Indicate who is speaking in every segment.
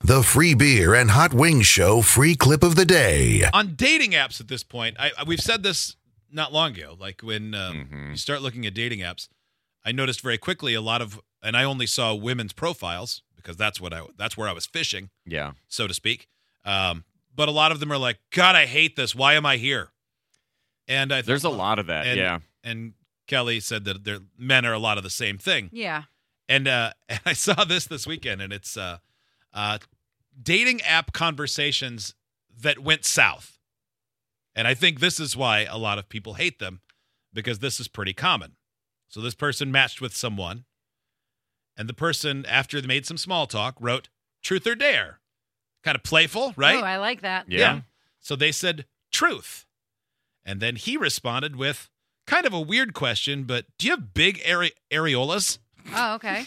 Speaker 1: The free beer and hot wings show free clip of the day.
Speaker 2: on dating apps at this point. I, I- we've said this not long ago. Like when um,
Speaker 3: Mm-hmm.
Speaker 2: you start looking at dating apps, I noticed very quickly a lot of, and I only saw women's profiles because that's what I that's where I was fishing,
Speaker 3: Yeah.
Speaker 2: so to speak. Um, but a lot of them are like, God, I hate this. Why am I here? And I
Speaker 3: There's a lot of that.
Speaker 2: And,
Speaker 3: yeah.
Speaker 2: And Kelly said that their men are a lot of the same thing.
Speaker 4: Yeah.
Speaker 2: And uh, and I saw this this weekend, and it's uh, uh, dating app conversations that went south. And I think this is why a lot of people hate them because this is pretty common. So this person matched with someone, and the person after they made some small talk wrote "Truth or Dare," kind of playful, right?
Speaker 4: Oh, I like that.
Speaker 3: Yeah.
Speaker 2: So they said truth. And then he responded with kind of a weird question, but do you have big are- areolas?
Speaker 4: Oh, okay.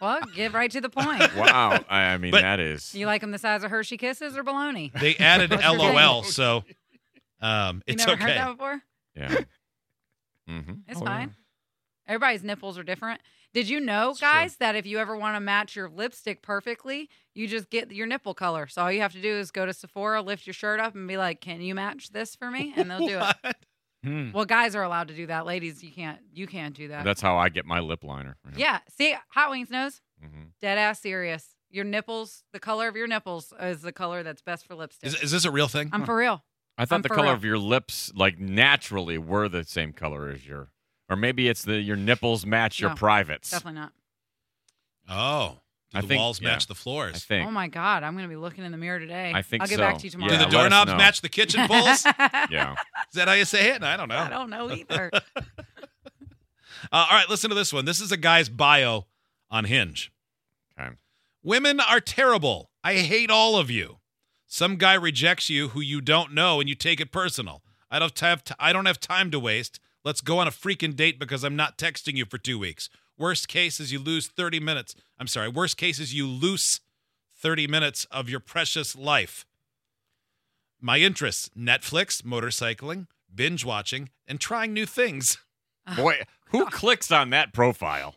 Speaker 4: well, get right to the point.
Speaker 3: Wow. I, I mean,
Speaker 2: But-
Speaker 3: that is.
Speaker 4: You like them the size of Hershey Kisses or baloney?
Speaker 2: They added
Speaker 4: What's your
Speaker 2: LOL, so um,
Speaker 4: You
Speaker 2: it's
Speaker 4: never heard
Speaker 2: okay.
Speaker 4: that before?
Speaker 3: Yeah. Mm-hmm.
Speaker 4: It's fine. Everybody's nipples are different. Did you know, guys, that if you ever want to match your lipstick perfectly, you just get your nipple color. So all you have to do is go to Sephora, lift your shirt up, and be like, "Can you match this for me?" And they'll do it.
Speaker 2: What?
Speaker 4: Well, guys are allowed to do that. Ladies, you can't. You can't do that.
Speaker 3: That's how I get my lip liner.
Speaker 4: yeah. See, Hot Wings knows.
Speaker 3: hmm
Speaker 4: Dead ass serious. Your nipples, the color of your nipples, is the color that's best for lipstick.
Speaker 2: Is, is this a real thing?
Speaker 4: I'm for real.
Speaker 3: I thought
Speaker 4: I'm
Speaker 3: the
Speaker 4: for
Speaker 3: color
Speaker 4: real.
Speaker 3: of your lips, like naturally, were the same color as your, or maybe it's the your nipples match your
Speaker 4: No,
Speaker 3: privates.
Speaker 4: Definitely not.
Speaker 2: Oh, do
Speaker 3: I
Speaker 2: the
Speaker 3: think-
Speaker 2: walls
Speaker 3: yeah.
Speaker 2: match the
Speaker 3: I
Speaker 2: floors?
Speaker 3: think.
Speaker 4: Oh my God, I'm gonna be looking in the mirror today.
Speaker 3: I think
Speaker 4: I'll get
Speaker 3: so.
Speaker 4: back to you tomorrow.
Speaker 2: do
Speaker 3: Yeah,
Speaker 2: the
Speaker 3: let us
Speaker 2: doorknobs
Speaker 3: know.
Speaker 2: match the kitchen poles? is
Speaker 3: yeah.
Speaker 2: that how you say it? I don't know.
Speaker 4: I don't know either.
Speaker 2: Uh, all right, listen to this one. This is a guy's bio on Hinge.
Speaker 3: Okay.
Speaker 2: Women are terrible. I hate all of you. Some guy rejects you who you don't know and you take it personal. I don't have t- I don't have time to waste. Let's go on a freaking date because I'm not texting you for 2 weeks. Worst case is you lose 30 minutes. I'm sorry. Worst case is you lose 30 minutes of your precious life. My interests: Netflix, motorcycling, binge watching, and trying new things.
Speaker 3: Boy, who clicks on that profile?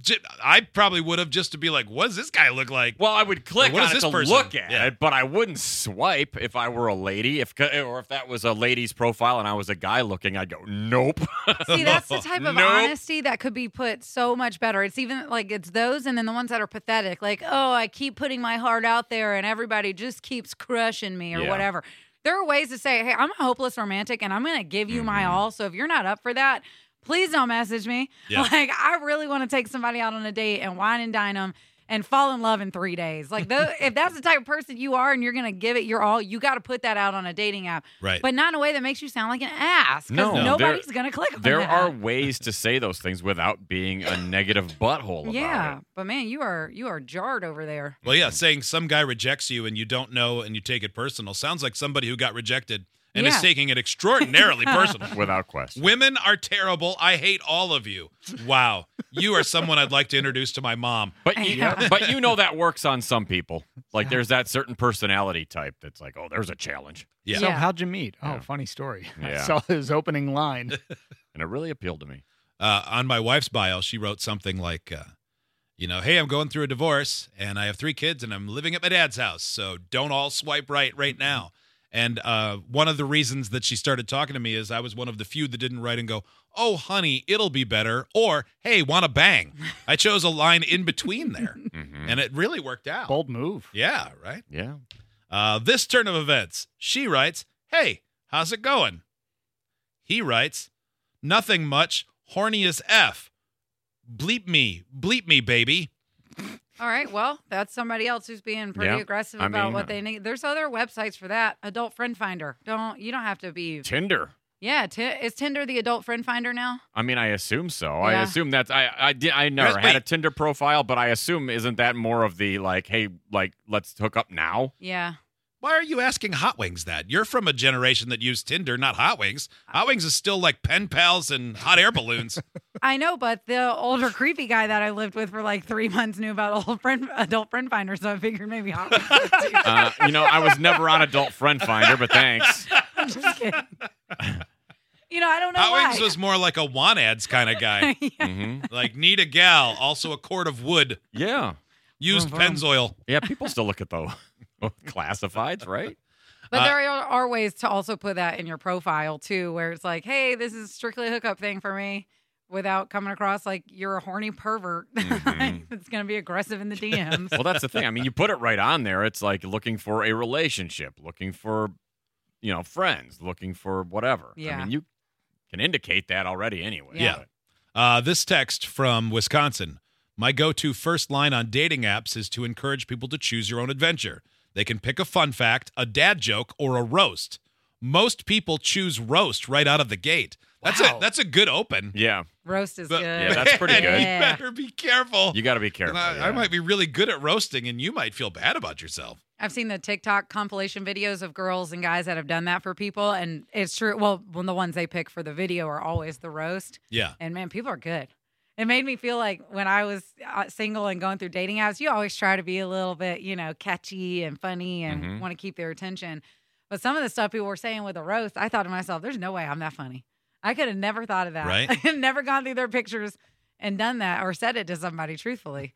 Speaker 2: J- I probably would have just to be like, what does this guy look like?
Speaker 3: Well, I would click
Speaker 2: What is
Speaker 3: on it
Speaker 2: this
Speaker 3: to
Speaker 2: person?
Speaker 3: look at
Speaker 2: Yeah.
Speaker 3: it, but I wouldn't swipe if I were a lady, if or if that was a lady's profile and I was a guy looking. I'd go, nope.
Speaker 4: See, that's the type of
Speaker 3: Nope.
Speaker 4: honesty that could be put so much better. It's even like it's those and then the ones that are pathetic, like, oh, I keep putting my heart out there and everybody just keeps crushing me or
Speaker 3: Yeah.
Speaker 4: whatever. There are ways to say, hey, I'm a hopeless romantic and I'm going to give you
Speaker 3: Mm-hmm.
Speaker 4: my all. So if you're not up for that, please don't message me.
Speaker 2: Yeah.
Speaker 4: Like, I really want to take somebody out on a date and wine and dine them and fall in love in three days. Like, tho- if that's the type of person you are and you're going to give it your all, you got to put that out on a dating app,
Speaker 2: Right.
Speaker 4: but not in a way that makes you sound like an ass. 'cause
Speaker 3: No, there-
Speaker 4: nobody's going to click on
Speaker 3: There
Speaker 4: that.
Speaker 3: are ways to say those things without being a negative butthole about
Speaker 4: Yeah,
Speaker 3: it.
Speaker 4: but man, you are you are jarred over there.
Speaker 2: well, yeah, saying some guy rejects you and you don't know and you take it personal sounds like somebody who got rejected and is
Speaker 4: Yeah.
Speaker 2: taking it extraordinarily personal.
Speaker 3: Without question.
Speaker 2: Women are terrible. I hate all of you. Wow. You are someone I'd like to introduce to my mom.
Speaker 3: But you,
Speaker 4: Yeah.
Speaker 3: but you know that works on some people. Like there's that certain personality type that's like, oh, there's a challenge,
Speaker 2: Yeah.
Speaker 5: So how'd you meet? Oh,
Speaker 3: Yeah.
Speaker 5: funny story.
Speaker 3: Yeah.
Speaker 5: I saw his opening line.
Speaker 3: and it really appealed to me.
Speaker 2: Uh, on my wife's bio, she wrote something like, uh, you know, hey, I'm going through a divorce and I have three kids and I'm living at my dad's house. So don't all swipe right right now. And uh, one of the reasons that she started talking to me is I was one of the few that didn't write and go, oh, honey, it'll be better. Or, hey, want to bang. I chose a line in between there
Speaker 3: Mm-hmm.
Speaker 2: and it really worked out.
Speaker 5: Bold move.
Speaker 2: Yeah, right.
Speaker 3: Yeah,
Speaker 2: Uh, this turn of events, she writes, Hey, how's it going? He writes, Nothing much, horny as F. Bleep me, bleep me, baby.
Speaker 4: All right, well, that's somebody else who's being pretty
Speaker 3: Yeah,
Speaker 4: aggressive
Speaker 3: I
Speaker 4: about
Speaker 3: mean,
Speaker 4: what they need. There's other websites for that. Adult Friend Finder. Don't you don't have to be.
Speaker 3: Tinder.
Speaker 4: Yeah, t- is Tinder the Adult Friend Finder now?
Speaker 3: I mean, I assume so. I
Speaker 4: Yeah.
Speaker 3: assume that's I I did I never
Speaker 2: Wait.
Speaker 3: had a Tinder profile, but I assume isn't that more of the like, hey, like let's hook up now?
Speaker 4: Yeah,
Speaker 2: Why are you asking Hot Wings that? You're from a generation that used Tinder, not Hot Wings. Hot Wings is still like pen pals and hot air balloons.
Speaker 4: I know, but the older creepy guy that I lived with for like three months knew about old friend Adult Friend Finder, so I figured maybe hot.
Speaker 3: Uh, you know, I was never on Adult Friend Finder, but thanks.
Speaker 4: I'm just kidding. You know, I don't know
Speaker 2: Hot
Speaker 4: why.
Speaker 2: Wings was more like a want ads kind of guy.
Speaker 4: Yeah.
Speaker 3: hmm
Speaker 2: like, need a gal, also a cord of wood.
Speaker 3: Yeah,
Speaker 2: Used
Speaker 5: Vroom, vroom.
Speaker 2: Pennzoil.
Speaker 3: Yeah, people still look at the classifieds, right?
Speaker 4: But
Speaker 2: Uh,
Speaker 4: there are, are ways to also put that in your profile too, where it's like, hey, this is strictly a hookup thing for me without coming across like you're a horny pervert
Speaker 3: Mhm.
Speaker 4: that's going to be aggressive in the DMs.
Speaker 3: Well, that's the thing. I mean, you put it right on there. It's like looking for a relationship, looking for, you know, friends, looking for whatever. I
Speaker 4: Yeah.
Speaker 3: mean, you can indicate that already anyway.
Speaker 4: Yeah.
Speaker 3: but-
Speaker 2: Uh, this text from Wisconsin. My go to first line on dating apps is to encourage people to choose your own adventure. They can pick a fun fact, a dad joke, or a roast. Most people choose roast right out of the gate. That's
Speaker 5: Wow.
Speaker 2: a that's a good open.
Speaker 3: Yeah.
Speaker 4: Roast is
Speaker 2: But-
Speaker 4: good.
Speaker 3: Yeah, that's pretty
Speaker 2: Man,
Speaker 3: good.
Speaker 2: You
Speaker 4: Yeah.
Speaker 2: better be careful.
Speaker 3: You got to be careful.
Speaker 2: And I,
Speaker 3: yeah.
Speaker 2: I might be really good at roasting, and you might feel bad about yourself.
Speaker 4: I've seen the TikTok compilation videos of girls and guys that have done that for people, and it's true. Well, when the ones they pick for the video are always the roast,
Speaker 2: Yeah.
Speaker 4: and man, people are good. It made me feel like when I was uh, single and going through dating apps, you always try to be a little bit, you know, catchy and funny and
Speaker 3: Mhm.
Speaker 4: want to keep their attention. But some of the stuff people were saying with the roast, I thought to myself, "There's no way I'm that funny. I could have never thought of that.
Speaker 2: Right.
Speaker 4: I had never gone through their pictures." And done that or said it to somebody truthfully.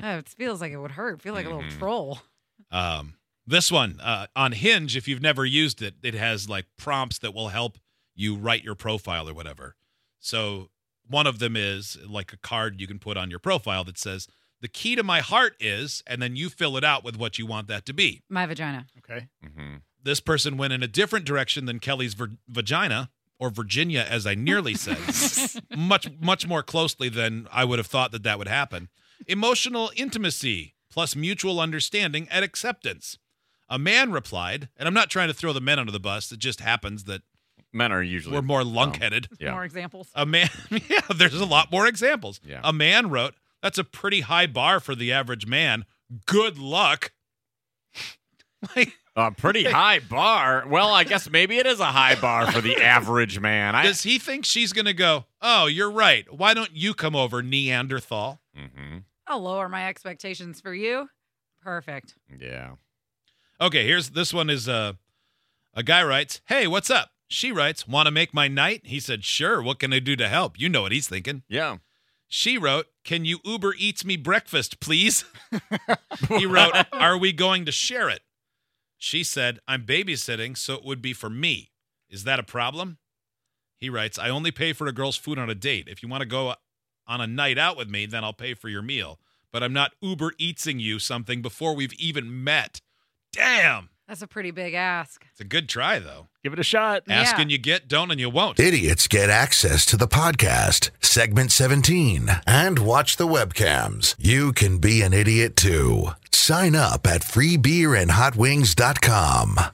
Speaker 4: oh, it feels like it would hurt. Feel like a
Speaker 3: Mhm.
Speaker 4: little troll.
Speaker 2: Um, this one uh, on Hinge, if you've never used it, it has like prompts that will help you write your profile or whatever. So one of them is like a card you can put on your profile that says, "The key to my heart is," and then you fill it out with what you want that to be.
Speaker 4: My vagina.
Speaker 5: Okay.
Speaker 3: Mhm.
Speaker 2: This person went in a different direction than Kelly's vir- vagina or Virginia, as I nearly said, much much more closely than I would have thought that that would happen. Emotional intimacy plus mutual understanding and acceptance. A man replied, and I'm not trying to throw the men under the bus. It just happens that
Speaker 3: Men are usually.
Speaker 2: we're more lunkheaded.
Speaker 3: Yeah.
Speaker 4: More examples.
Speaker 2: A man, yeah, there's a lot more examples.
Speaker 3: Yeah.
Speaker 2: A man wrote, That's a pretty high bar for the average man. Good luck. like,
Speaker 3: A pretty high bar. Well, I guess maybe it is a high bar for the average man. I,
Speaker 2: does he think she's going to go, Oh, you're right. Why don't you come over, Neanderthal?
Speaker 3: Mhm.
Speaker 4: I'll lower my expectations for you. Perfect.
Speaker 3: Yeah.
Speaker 2: Okay, here's this one is uh, a guy writes, "Hey, what's up?" She writes, "Want to make my night?" He said, "Sure. What can I do to help?" You know what he's thinking.
Speaker 3: Yeah.
Speaker 2: She wrote, "Can you Uber Eats me breakfast, please?" he wrote, "Are we going to share it?" She said, "I'm babysitting, so it would be for me. Is that a problem?" He writes, "I only pay for a girl's food on a date. If you want to go on a night out with me, then I'll pay for your meal, but I'm not Uber Eatsing you something before we've even met." Damn.
Speaker 4: That's a pretty big ask.
Speaker 2: It's a good try, though.
Speaker 5: Give it a shot.
Speaker 4: Yeah.
Speaker 2: Ask and you get, don't and you won't.
Speaker 1: Idiots get access to the podcast, segment 17, and watch the webcams. You can be an idiot too. Sign up at freebeerandhotwings.com.